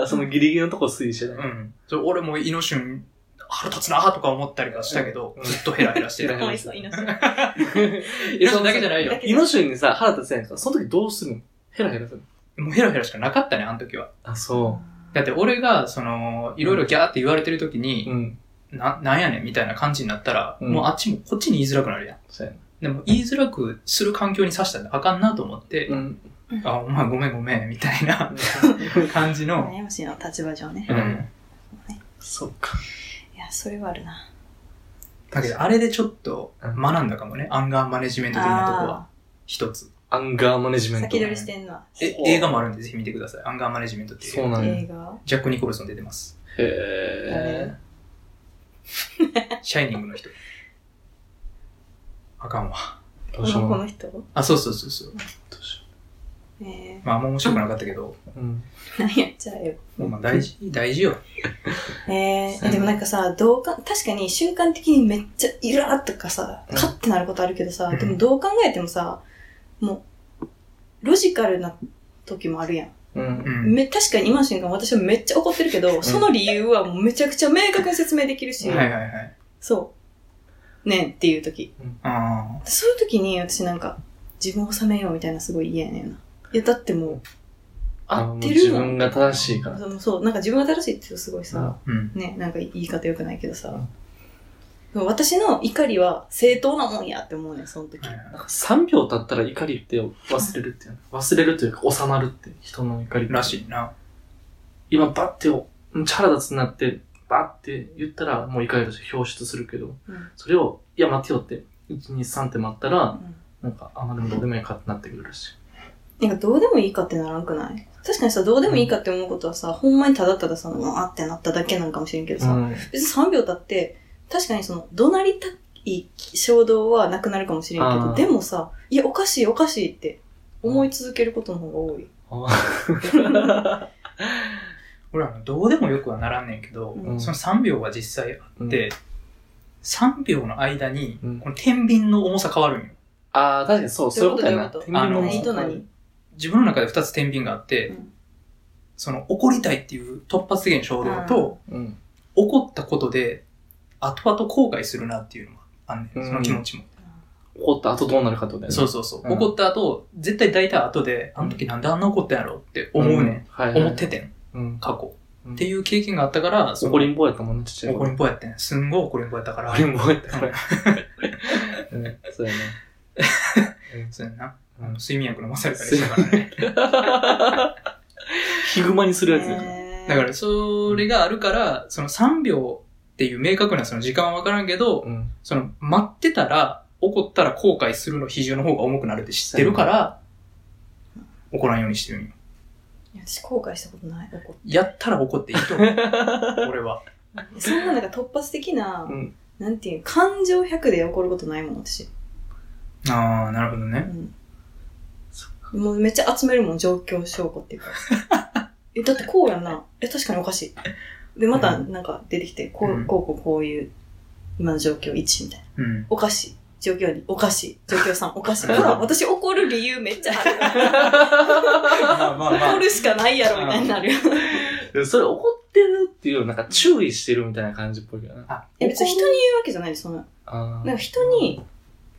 C: あ、そのギリギリのとこ推移してた。
A: うん。それ俺もイノシュン、腹立つなとか思ったりはしたけど、
C: うん
A: ずっとヘラヘラして
C: う
B: <laughs>
A: た。
C: ん
B: かわいそう、命。
A: イノシュンだけじゃ <laughs> ないよ
B: だ。け
C: イノシンにさ、腹立つやんか。その時どうするのヘラヘラするの
A: もうヘラヘラしかなかったね、あの時は。
C: あ、そ
A: だって俺が、その、いろいろギャーって言われてる時
C: う。
A: に、
C: ん。
A: な、なんやねんみたいな感じになったら、
C: うん
A: もうあっちもこっちに言いづらくなるやん。
C: そうや
A: でも言いづらくする環境にさしたらあかんなと思って、
C: な。うん。
A: あ、お前ごめんごめん、みたい
C: <laughs>
A: な感じの、
B: 悩むしの立場上ね
A: う。ん。
C: そうか。
B: いや、それはあるな。
A: だけどあれでちょっと学んだかもね、アンガーマネジメント的なとこは
B: あ
A: 一つ。
C: アンガーマネジ
B: あー、
C: メント
B: 先。取りしてんのは。
A: え、映画もあるんでぜひ見てください。アンガーマネジメントっていう。
C: そうなんや。
B: 映
C: へ
B: 画
A: ジャック・ニコルソン出てます。
C: え。
A: シャイニングの人。あかんわ。
C: ど
B: こ
C: うしよ
B: の
C: う
B: 子
C: もな
B: の
C: い。
B: 人
A: あ、そうそうそうそう。
C: どうしよ
B: え
A: まあ、あんま面白くなかったけど、
C: う。うん。
B: ー、何やっちゃえよ。
A: もうまあ大事、大事よ。
B: えー、でもなんかさ、同感、確かに瞬間的にめっちゃイラーとかさ、
C: うん
B: カッてなることあるけどさ、
A: うん
B: でもどう考えてもさ、もう、ロジカルな時もあるやん。
C: うん。
A: うん。
B: め、確かに今の瞬間私はめっちゃ怒ってるけど、その理由はもうめちゃくちゃ明確に説明できるし、
A: はいはいはい。
B: そう。ねんっていう時。
A: あ
B: そういう時に私なんか、自分を収めようみたいなすごい嫌やねんな。いや、だってもう、
C: あの
B: 合っ
C: もう
B: て
C: 自
B: るもん。
C: 分が正しいから。
B: そうそう、なんか自分が正しいってすごいさ
C: さ、
A: あ。うん。
B: ね、なんか言い方良くないけどさ、でも私の怒りは正当なもんやって思うねん、その時
A: はい。はい
C: なんか3秒経ったら怒りって忘れるっていうの忘れるというか収まるって、人の怒りって
A: らしいな。
C: 今バッてお、めっちゃ腹立つになって、バッて言ったらもう怒りとして表出するけど、
B: うん
C: それを、いや待てよって、1、2、3って待ったら、
B: うん
C: なんか、あ、まあでもどうでもいいかってなってくるらしい。
B: なんかどうでもいいかってならんくない確かにさ、どうでもいいかって思うことはさ、ほんまにただたださ、もうあってなっただけなんかもしれんけどさ、
C: <laughs> うん
B: 別に3秒経って、確かにその、怒鳴りたい衝動はなくなるかもしれんけ
C: あ
B: ど、
C: ー
B: でもさ、いや、おかしいおかしいって思い続けることの方が多い。
A: 俺はどうでもよくはならんねんけど、
B: うん
A: その3秒は実際あ
C: うん
A: って、3秒の間に
C: うん、
A: この天秤の重さ変わるんよ。
C: ああ、確かにそう、そういうことやな。
B: どういうこと
C: 天秤の
A: あの
B: 何と何
A: 自分の中で2つ天秤があって、
B: うん
A: その怒りたいっていう突発的な衝動と、
C: うん。
A: 怒ったことで後々後悔するなっていうのがあんね
C: うん
A: ん。その気持ちも。
C: 怒った後どうなるかってことやな。
A: そうそうそう。
C: うん
A: 怒った後、絶対大体後で、あの時なんであんな怒ったんやろって思うね
C: ん。は
A: ん。
C: いはい。
A: 思っててん、
C: うん。
A: 過去。
C: うん
A: っていう経験があったから、その
C: 怒りん坊やったもんね、ちっちゃい
A: 怒
C: 頃
A: りんぼやってん。すんごい怒りんぼやったから。
C: 怒りん坊やったから。うん、そうやね。
A: そうやな。あ
C: う
A: の
C: ん
A: 睡眠薬飲まされたりしたからね。
C: ヒグマにするやつやから。
B: えー
A: <laughs> だから、それがあるから、その3秒っていう明確なその時間はわからんけど、
C: うん。
A: その待ってたら、怒ったら後悔するの比重の方が重くなるって知ってるから、怒らんようにしてるんよ。
B: いや私後悔したことない。怒っ
A: やったら怒っていいと思う。 <laughs> 俺は。
B: そんななんか突発的な、
C: うん
B: なんていう、感情100で怒ることないもん、私。
A: ああ、なるほどね。
B: うん。もうめっちゃ集めるもん、状況証拠っていうか。 <laughs> え、だってこうやんな。え、確かにおかしい。で、また
A: う
B: なんか出てきて、こう、
A: うん
B: こう、こう、こういう、今の状況1みたいな。
A: うん。
B: おかしい。状況2、おかしい。状況3、おかしい。ほら、私怒る理由めっちゃあ
A: <laughs> まあまあま
B: る。怒
A: あ。
B: るしかないやろ、みたいになるよ。
C: でもそれ怒ってるっていうよりなんか注意してるみたいな感じっぽいけどな。
A: あ
B: <laughs> え、別に人に言うわけじゃないです、そんな。
C: あ
B: なんか人に、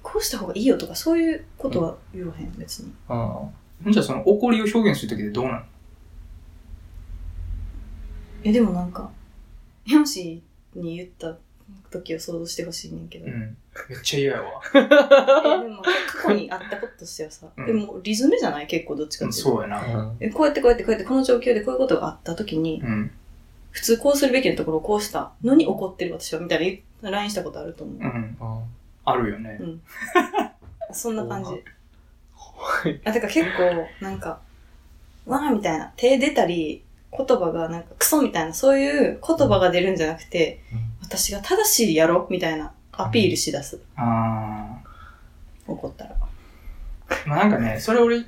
B: こうした方がいいよとか、そういうことは言わへん、別に。
C: あ。あ
A: じゃあその怒りを表現するときでどうなの
B: え、でもなんか、ヘンシーに言った時を想像してほしいねんけど。
A: うん。めっちゃ嫌やわ。
B: えでも過去にあったこととしてはさ、
A: うん
B: でもリズムじゃない結構どっちか
A: う
B: っ
A: ん
B: ていうと
A: そうやな。
C: あ。
B: えこうやってこうやってこうやってこの状況でこういうことがあった時に
A: うん。
B: 普通こうするべきなところをこうしたのに怒ってる私はみたいな言う LINE したことあると思う、
A: うん。
C: あ
A: あるよね。
B: そんな感じ
C: 怖
B: あだから結構なんかわーみたいな手出たり言葉がなんかクソみたいなそういう言葉が出るんじゃなくて、
C: うん
B: 私が正しいやろみたいなアピールしだす、
A: あ
B: 怒ったら、
A: あ。まあなんかね、それ俺、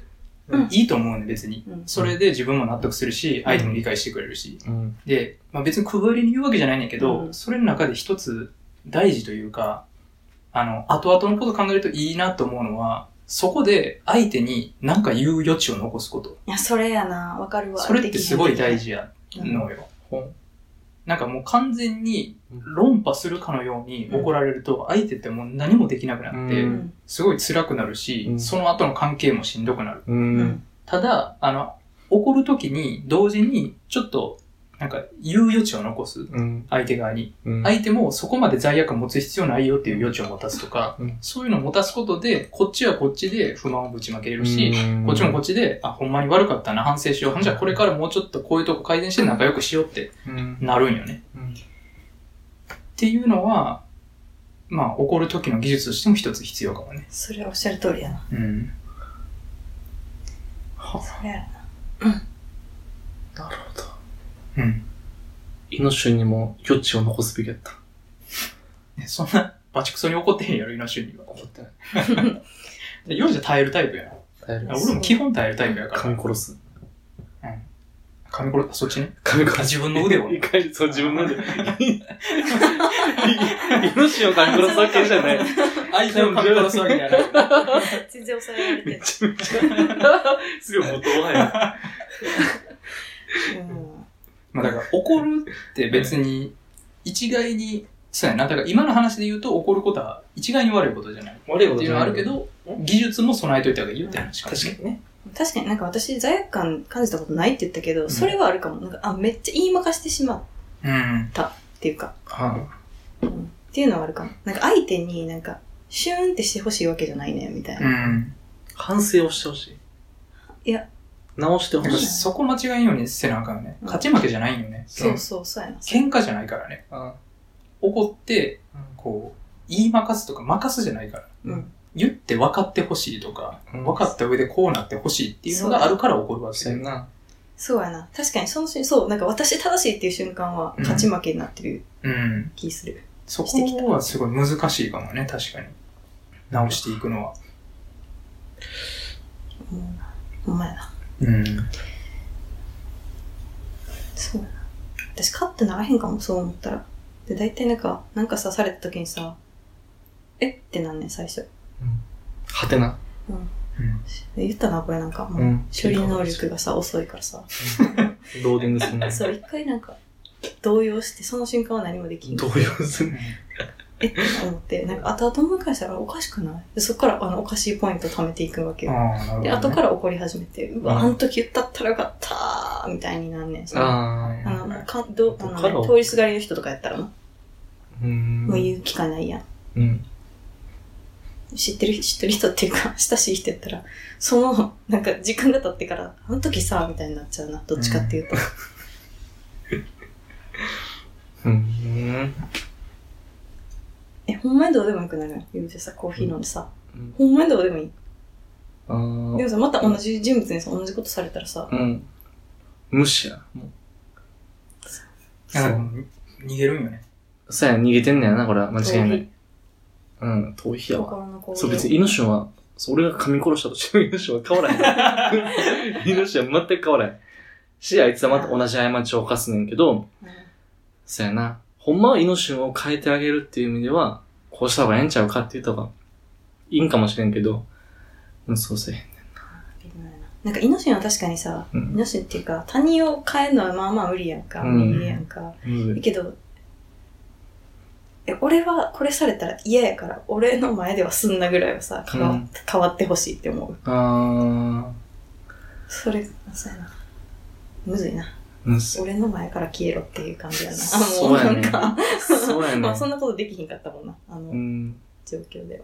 B: うん
A: いいと思うね、別に。
B: うん
A: それで自分も納得するし、相手も理解してくれるし。
C: あ。うん。
A: で、まあ、別にくぐりに言うわけじゃないねんだけど、
B: うん
A: それの中で一つ大事というか、あの、後々のこと考えるといいなと思うのは、そこで相手に何か言う余地を残すこと。
B: いやそれやなわかるわ
A: それってすごい大
B: 事
A: 事やのよ。
C: ほ
A: なんかもう完全に論破するかのように怒られると、相手ってもう何もできなくなっ
C: う、
A: て
B: うんん
A: すごい辛くなるし
C: う、ん
A: その後の関係もしんどくなる。
C: う。
B: うん
A: ただ、あの、怒るときに同時にちょっと、なんか言う余地を残す。
C: うん。
A: 相手側に。
C: うん。
A: 相手もそこまで罪悪感持つ必要ないよっていう余地を持たすとか、
C: うん
A: そういうのを持たすことで、こっちはこっちで不満をぶちまけれるし、
C: うん
A: こっちもこっちで、あ、ほんまに悪かったな、反省しよう。ほんじゃ、これからもうちょっとこういうとこ改善して仲良くしようって
C: うん。
A: なるんよね。
C: うん
A: っていうのは、まあ、怒る時の技術としても一つ必要かもね。
B: それはおっしゃる通りやな
A: うん。
B: それやな
C: なるほど。
A: うん。
C: イノシュにも余地を残すべきやった。
A: ねそんな、バチクソに怒ってへんやろ、イノシンには。
C: 怒ってない。
A: で、ヨウジは耐えるタイプやん。
C: 耐える
A: あ。俺も基本耐えるタイプやから。
C: 噛み殺す。
A: うん。髪これ、そっちね。
C: 髪殺し。
A: 自分の腕を
C: い
A: ね。
C: かにそう、自分の腕。いイノシシを髪殺すわけじゃない。
A: 相手を髪殺すわけじゃない。
B: 全然抑えられて
C: め
B: る。
C: ちゃめちゃ。すごい、元はや。
B: <laughs> うん
A: <laughs> まあだから、怒るって別に、一概に、そうやな。だから今の話で言うと、怒ることは一概に悪いことじゃない。
C: 悪いこ
A: っていうのはあるけ。ど、技術も備えといた方がいいよって話かも
C: 確
A: し
C: か
A: れない。
C: にね。
B: 確かになんか私罪悪感感じたことないって言ったけど、それはあるかも。なんか、あ、めっちゃ言いまかしてしまう
A: うん。
B: っていうか、
A: は
B: うんっていうのはあるかも。なんか相手になんか、シューンってしてほしいわけじゃないね、みたい
A: い。う
B: な。
A: ん。
C: 反省をしてほしい。
B: いや。
C: 直してほ
A: やっぱ
C: しい。
A: そこ間違えんようにせなあかんよね。
B: うん
A: 勝ち負けじゃないんよね。
B: そうそう、そうやな。
A: 喧嘩じゃないからね。
C: うん
A: 怒って、こう、言い負かすとか、負かすじゃないから。
B: うん。
A: 言って分かってほしいとか、
C: うん
A: 分かった上でこうなってほしいっていうのがあるから怒るわけ
C: そ
A: だ
C: うや
A: よね。
C: な。
B: そうやな。確かにその瞬、そう、なんか私正しいっていう瞬間は勝ち負けになってる
A: うん。
B: 気する。
A: そこはすごい難しいかもね、確かに。直していくのは。
B: うん。ほんまやな。
A: うん。
B: そうやな。私勝ってならへんかも、そう思ったら。で、大体なんか、なんかさ、された時にさ、えってなんねん、最初。
C: はてな。
B: 言ったな、これなんか。もう
C: うん
B: 処理能力がさ、遅いからさ。
C: ローディングするね。
B: そう、一回なんか、動揺して、その瞬間は何もできん。
C: 動揺するね。
B: えって思って、なんか後々思い返したらおかしくないでそこからあのおかしいポイント貯めていくわけ
A: ああ、
B: よ。
A: なるほど、ね。
B: で、後から怒り始めて、う
C: うん
B: わ、あの時言ったったらよかったーみたいになんねん。その
C: あ
B: あ
C: あ。
B: の、もうかどうあ
C: 後から
B: のね通りすがりの人とかやったらも
C: うん
B: うもう言う機会ないや
C: うん。
B: ん。知ってる、知ってる人っていうか、 <laughs> 親しい人やったら、その、なんか時間が経ってから、あの時さ、みたいになっちゃうな。どっちかっていうと。
C: うん。
B: <laughs> え、ほんまにどうでもよくなる言うてさ、コーヒー飲んでさ、
C: うん
B: ほんまにどうでもいい。
C: あー
B: でもさ、また同じ人物にさ、同じことされたらさ、
C: うん。無視や。もう
A: なんかもう逃げるんよね。
C: そうや、逃げてんねやな、これは。間違いな
B: 逃
C: い。うん、逃避やわ。
B: 心の行動
C: そう、別に、イノシンは、そう俺が噛み殺したとしても <laughs> イノシンは変わら
B: <laughs>
C: へん。イノシンは全く変わらへん。し、あいつはまた同じ過ちを犯すねんけど、
B: うん
C: そうやな。ほんまはイノシンを変えてあげるっていう意味では、こうした方がええんちゃうかって言った方がいいんかもしれんけど、うん、そうせえへん。
B: 微妙やななんか、イノシンは確かにさ、
C: う
B: イ
C: ん。
B: ノシンっていうか、他人を変えるのはまあまあ無理やんか、
C: うん
B: 無理やんか。
C: むず
B: だ
C: い
B: けど、え俺はこれされたら嫌やから、俺の前ではすんなぐらいはさ、変わ,、
C: うん
B: 変わってほしいって思う。
C: あ
B: それ、そうやな。むずいな。
C: ー、むずい。
B: 俺の前から消えろっていう感じやな。あも
C: そうやね
B: なんか、
C: そうやね
B: <laughs> まあそんなことできひんかったもんな、あの、
C: うん。
B: 状況では。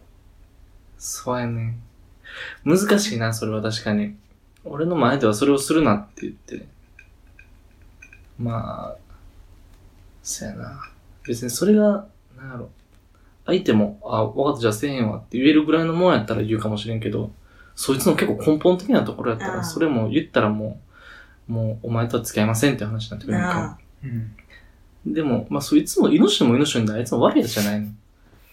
C: そうやね。難しいな、それは確かに。俺の前ではそれをするなって言って。まあ、そうやな。別にそれが、なんやろ。相手も、あ、わかった、じゃあせえへんわって言えるぐらいのもんやったら言うかもしれんけど、そいつの結構根本的なところやった
B: あ
C: ら、
B: あ
C: それも言ったらもう、もうお前とは付き合いませんって話になってくるやんか。
B: あ
A: うん。
C: でも、まあそいつも、イノシンもイノシンであいつも悪いやつじゃないの。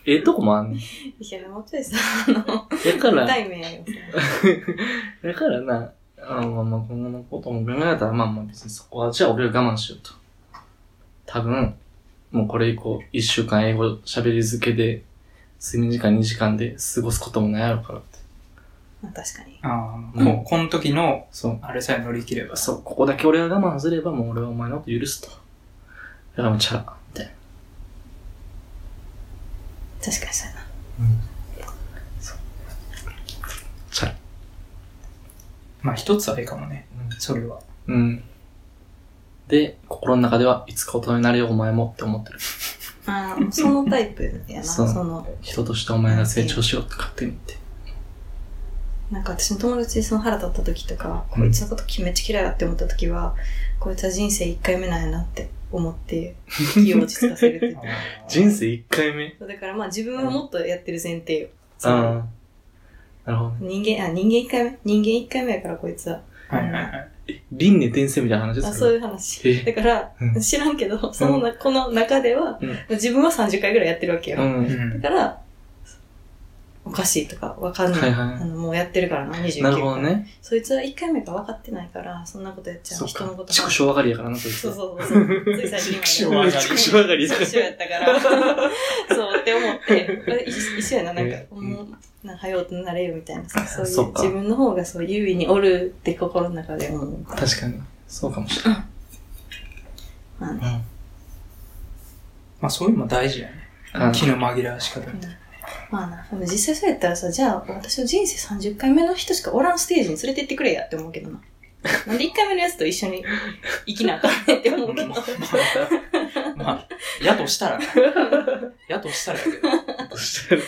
C: ええとこもあんねん。
B: あ。いや、もうちょいさ、あ
C: だ
B: の、<laughs>
C: から、
B: 対面やよ。
C: <laughs> だからな、あのまあまあ、こんなことも考えたら、まあまあ別にそこは、じゃあ俺が我慢しようと。多分、もうこれ以降、一週間英語喋り付けで、睡眠時間2時間で過ごすこともないやろからって。
B: まあ確かに。
A: ああ、
C: うん
A: ここの時の、
C: そう。
A: あれさえ乗り切れば。
C: そう、ここだけ俺が我慢すれば、もう俺はお前のこと許すと。だからもうチャラ、みたいな。
B: 確かにそうやな。
C: チャラ。
A: まあ一つあれかもね。それは。
C: うん。で、心の中では、いつか大人になれよ、お前もって思ってる。
B: ああ、そのタイプやな、
C: そ
B: そうの、
C: 人としてお前が成長しろって勝手に言って。
B: なんか私の友達にその腹立った時とか、こいつのことめっちゃ嫌いだって思った時は、こいつは人生1回目なんやなって思って、気を落ち着かせるって
C: <laughs>
B: いう。
C: 人生1回目
B: そうだからまあ自分はもっとやってる前提よ。その
C: ああ。なるほどね。
B: 人間、あ、人間1回目人間1回目やからこいつは。
A: はいはいはい。
C: 輪廻転生みたいな話で
B: あ、
C: す
B: そう
C: か
B: いう話。
C: え
B: だから
C: うん、
B: 知らんけど、そのな、この中では
C: うん、
B: 自分は30回ぐらいやってるわけ
C: う。
B: よ。
A: うんん
B: だから、おかしいとかわかんない。
C: はいはい
B: あの、もうやってるからな、29
C: な
B: 回。
C: るほどね。
B: そいつは1回目が分かってないから、そんなことやっちゃ。
C: そうう
B: 人の
C: か
B: こ。と。
C: 畜生上がりやからな、そいつ
B: そうそうそう。つい最近まで。
C: 畜生上がり
B: 畜生やったから。そうって思って、これ一一緒やな、なんか
C: え、うん
B: もう、なんか、はようとなれよみたいなさ、そうい
C: そうっか
B: 自分の方がそう優位におるって心の中で思う。
C: 確かに。そうかもしれない。
B: まあね。
A: まあそういうのも大事やね。
C: あ
A: 気の紛らわし方 <laughs> みたいな。
B: まあな、でも実際そうやったらさ、じゃあ私の人生30回目の人しかおらんステージに連れてってくれやって思うけどな。なんで1回目のやつと一緒に生きなあかんねんって思うけど。
A: まあ、まあ、やとした <laughs> ら、やとしたらやけど。
C: のどうしたら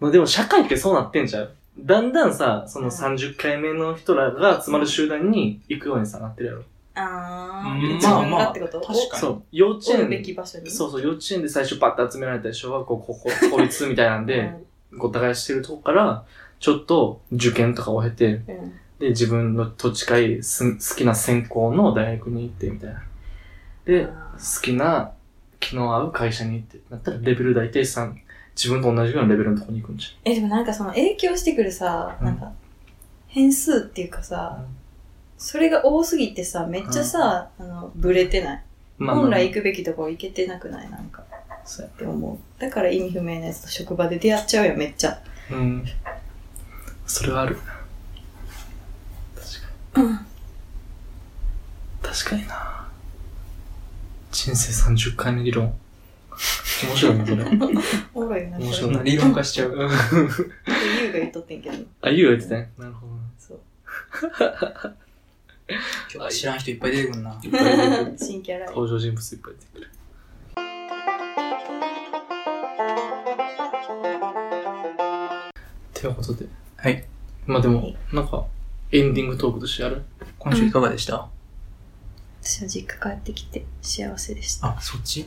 C: まあでも社会ってそうなってんじゃうだんだんさ、その30回目の人らが集まる集団に行くようにさ、なってるやろ。
B: あ
A: うん
B: ー、自分がってこと
A: まあまあ確か
C: そう、幼稚
B: おおる
C: 園
B: べき場所に。
C: そうそう、幼稚園で最初パッと集められたり、小学校、高校、公立みたいなんで、ごった返してるとこから、ちょっと受験とかを経て、
B: うん。うん
C: で、自分の土地会す好きな専攻の大学に行って、みたいな。で、好
B: あ
C: きな気の合う会社に行って、なったらレベル大体3、自分と同じようなレベルのとこに行くんじ
B: え、でもなんかその影響してくるさ、
C: うん
B: なんか、変数っていうか
C: ゃ
B: さ、
C: ん。
B: それが多すぎてさ、めっちゃさ、あの、ブレてない。
C: まあまあ
B: 本来行くべきとこ行けてなくないなんか、
C: そうや
B: って思う。だから意味不明なやつと職場で出会っちゃうよ、めっちゃ。
C: うん。それはある。確か
B: うん
C: に。確かにな人生30回目理論。面白いね、そ
B: <laughs>
C: れ。
B: おもろいよな、
C: 面
B: そ
C: 白
A: そ
B: れ
A: ん。な理論化しちゃう。
B: 優が言っとってんけど。
C: あ、ゆうが言ってたね。なるほどな。
B: そう。
A: 今日は知らん人いっぱい出てくるな。
C: いっぱい出てくる
B: <laughs> 新キャラ。
C: 登場人物いっぱい出てくる。ということで。
A: はい。
C: まあで
B: は
C: も
B: い、
C: なんか、エンディングトークとしてある
A: 今週いかがでした、
B: 私は実家帰ってきて幸せでした。
A: あ、そっち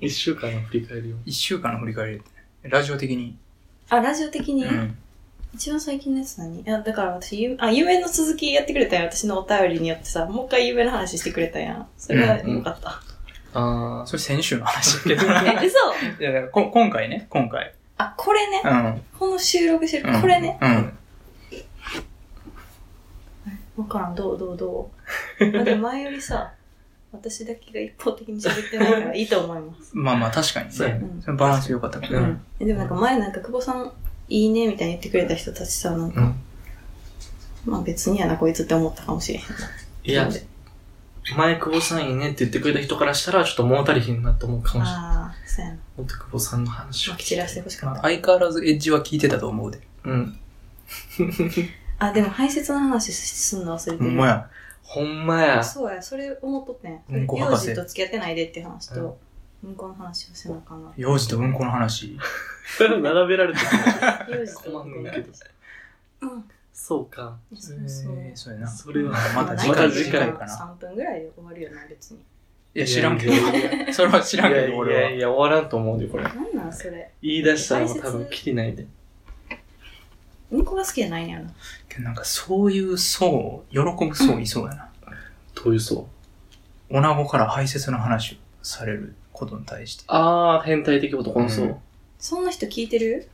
C: 一週間の振り返りを。
A: 一週間の振り返りラジオ的に。
B: あ、ラジオ的に、
A: うん。
B: 一番最近のやつ何いや、だから私、ゆあ、夢の続きやってくれたやん。私のお便りによってさ、もう一回夢の話してくれたやん。それはよかった。
C: あ
A: それ先週の話だけど
B: え、嘘
A: <laughs> いや、だからこ今回ね、今回。
B: あ、これね。
A: うん。
B: この収録してる
A: うん。
B: これね。。
A: うん。
B: わからん、どうどうどう。まあ、でも前よりさ、私だけが一方的に喋ってないからいいと思います。
A: まあまあ確かに
C: そうや
A: ね
C: ね。
B: うん
A: そのバランス良かったか
C: う
A: ら。
C: ん
B: えでもなんか前なんか久保さん、いいねみたいに言ってくれた人たちさ、なん
C: あ。う
B: か、
C: ん。
B: まあ別にやな、こいつって思ったかもしれへん。
C: いや
B: なん、で
C: 前久保さんいいねって言ってくれた人からしたら、ちょっと物足りひんなと思うかもしれない。
B: ああ、そうやな。
C: もっと久保さんの話を
B: ま
C: 聞
B: き
C: き
B: 散
C: た
B: ら
C: い
B: してほしか
A: ま
B: っ
A: あ
B: た。
A: 相変わらずエッジは聞いてたと思うで。
C: うん。
B: あ、でも排泄の話すんの忘れて
A: ほ
B: る。
A: んまや。
C: ほんまや。
B: そうや、それ思っとってん。
A: うんこ
B: 幼
A: 博士。
B: 児と付き合ってないでっていう話と、うんこの話をせなあかんな
A: 幼児とうんこの話。
C: <laughs> 並べられてる。
B: 幼児とうんこの
C: 困んねんけ
B: 話。うん。
C: そうか。
B: そうそう。
A: えーそうやな。
C: それは
A: また次
C: ま
A: 回、
C: た
A: 次
C: 次
A: 回
C: 回
A: かな。
B: 3分ぐらいで終わるよな、別に。
A: いや、知らんけど。
C: <laughs>
A: それは知
C: い
A: らんけ
C: や
A: ど、
C: い
A: 俺
C: や
A: は。
C: いや、終わらんと思うで、これ。
B: なんなんそれ。
C: 言い出したらもう多分きりないで。
B: うんこが好きじゃないんやろな。
A: けどなんかそういう層、喜ぶ層いそうやな。
C: どういう層
A: 女子から排泄の話をされることに対して。
C: あー、変態的男の層。
A: うん
C: う
B: そんな人聞いてる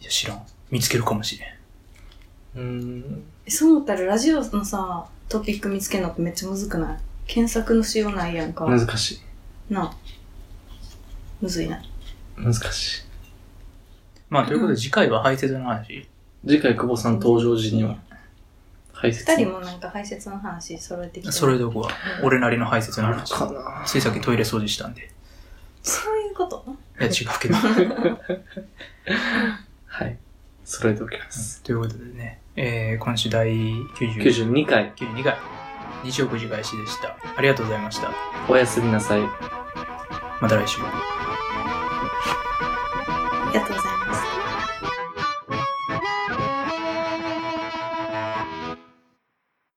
A: いや、知らん。見つけるかもしれん。
C: ーん。
B: えそう思ったらラジオのさ、トピック見つけるのってめっちゃむずくない検索のしようないやんか。
C: 難しい。
B: なあ。むずいな。
C: 難しい。
A: まあ、ということで次回は排泄の話。
C: 次回、久保さん登場時には、解説。
B: 二人もなんか排泄の話揃えてきて。
A: それどこは、俺なりの排泄の
C: ある
A: 話。
C: かな
A: ついさっきトイレ掃除したんで。
B: そういうこと
A: いや、違う
C: <laughs>
A: けど。
C: はい。揃えておきます。
A: ということでね、えー、今週第90
C: 92回、
A: 92回、日曜9時開始でした。ありがとうございました。
C: おやすみなさい。
A: また来週。
C: バイバイ。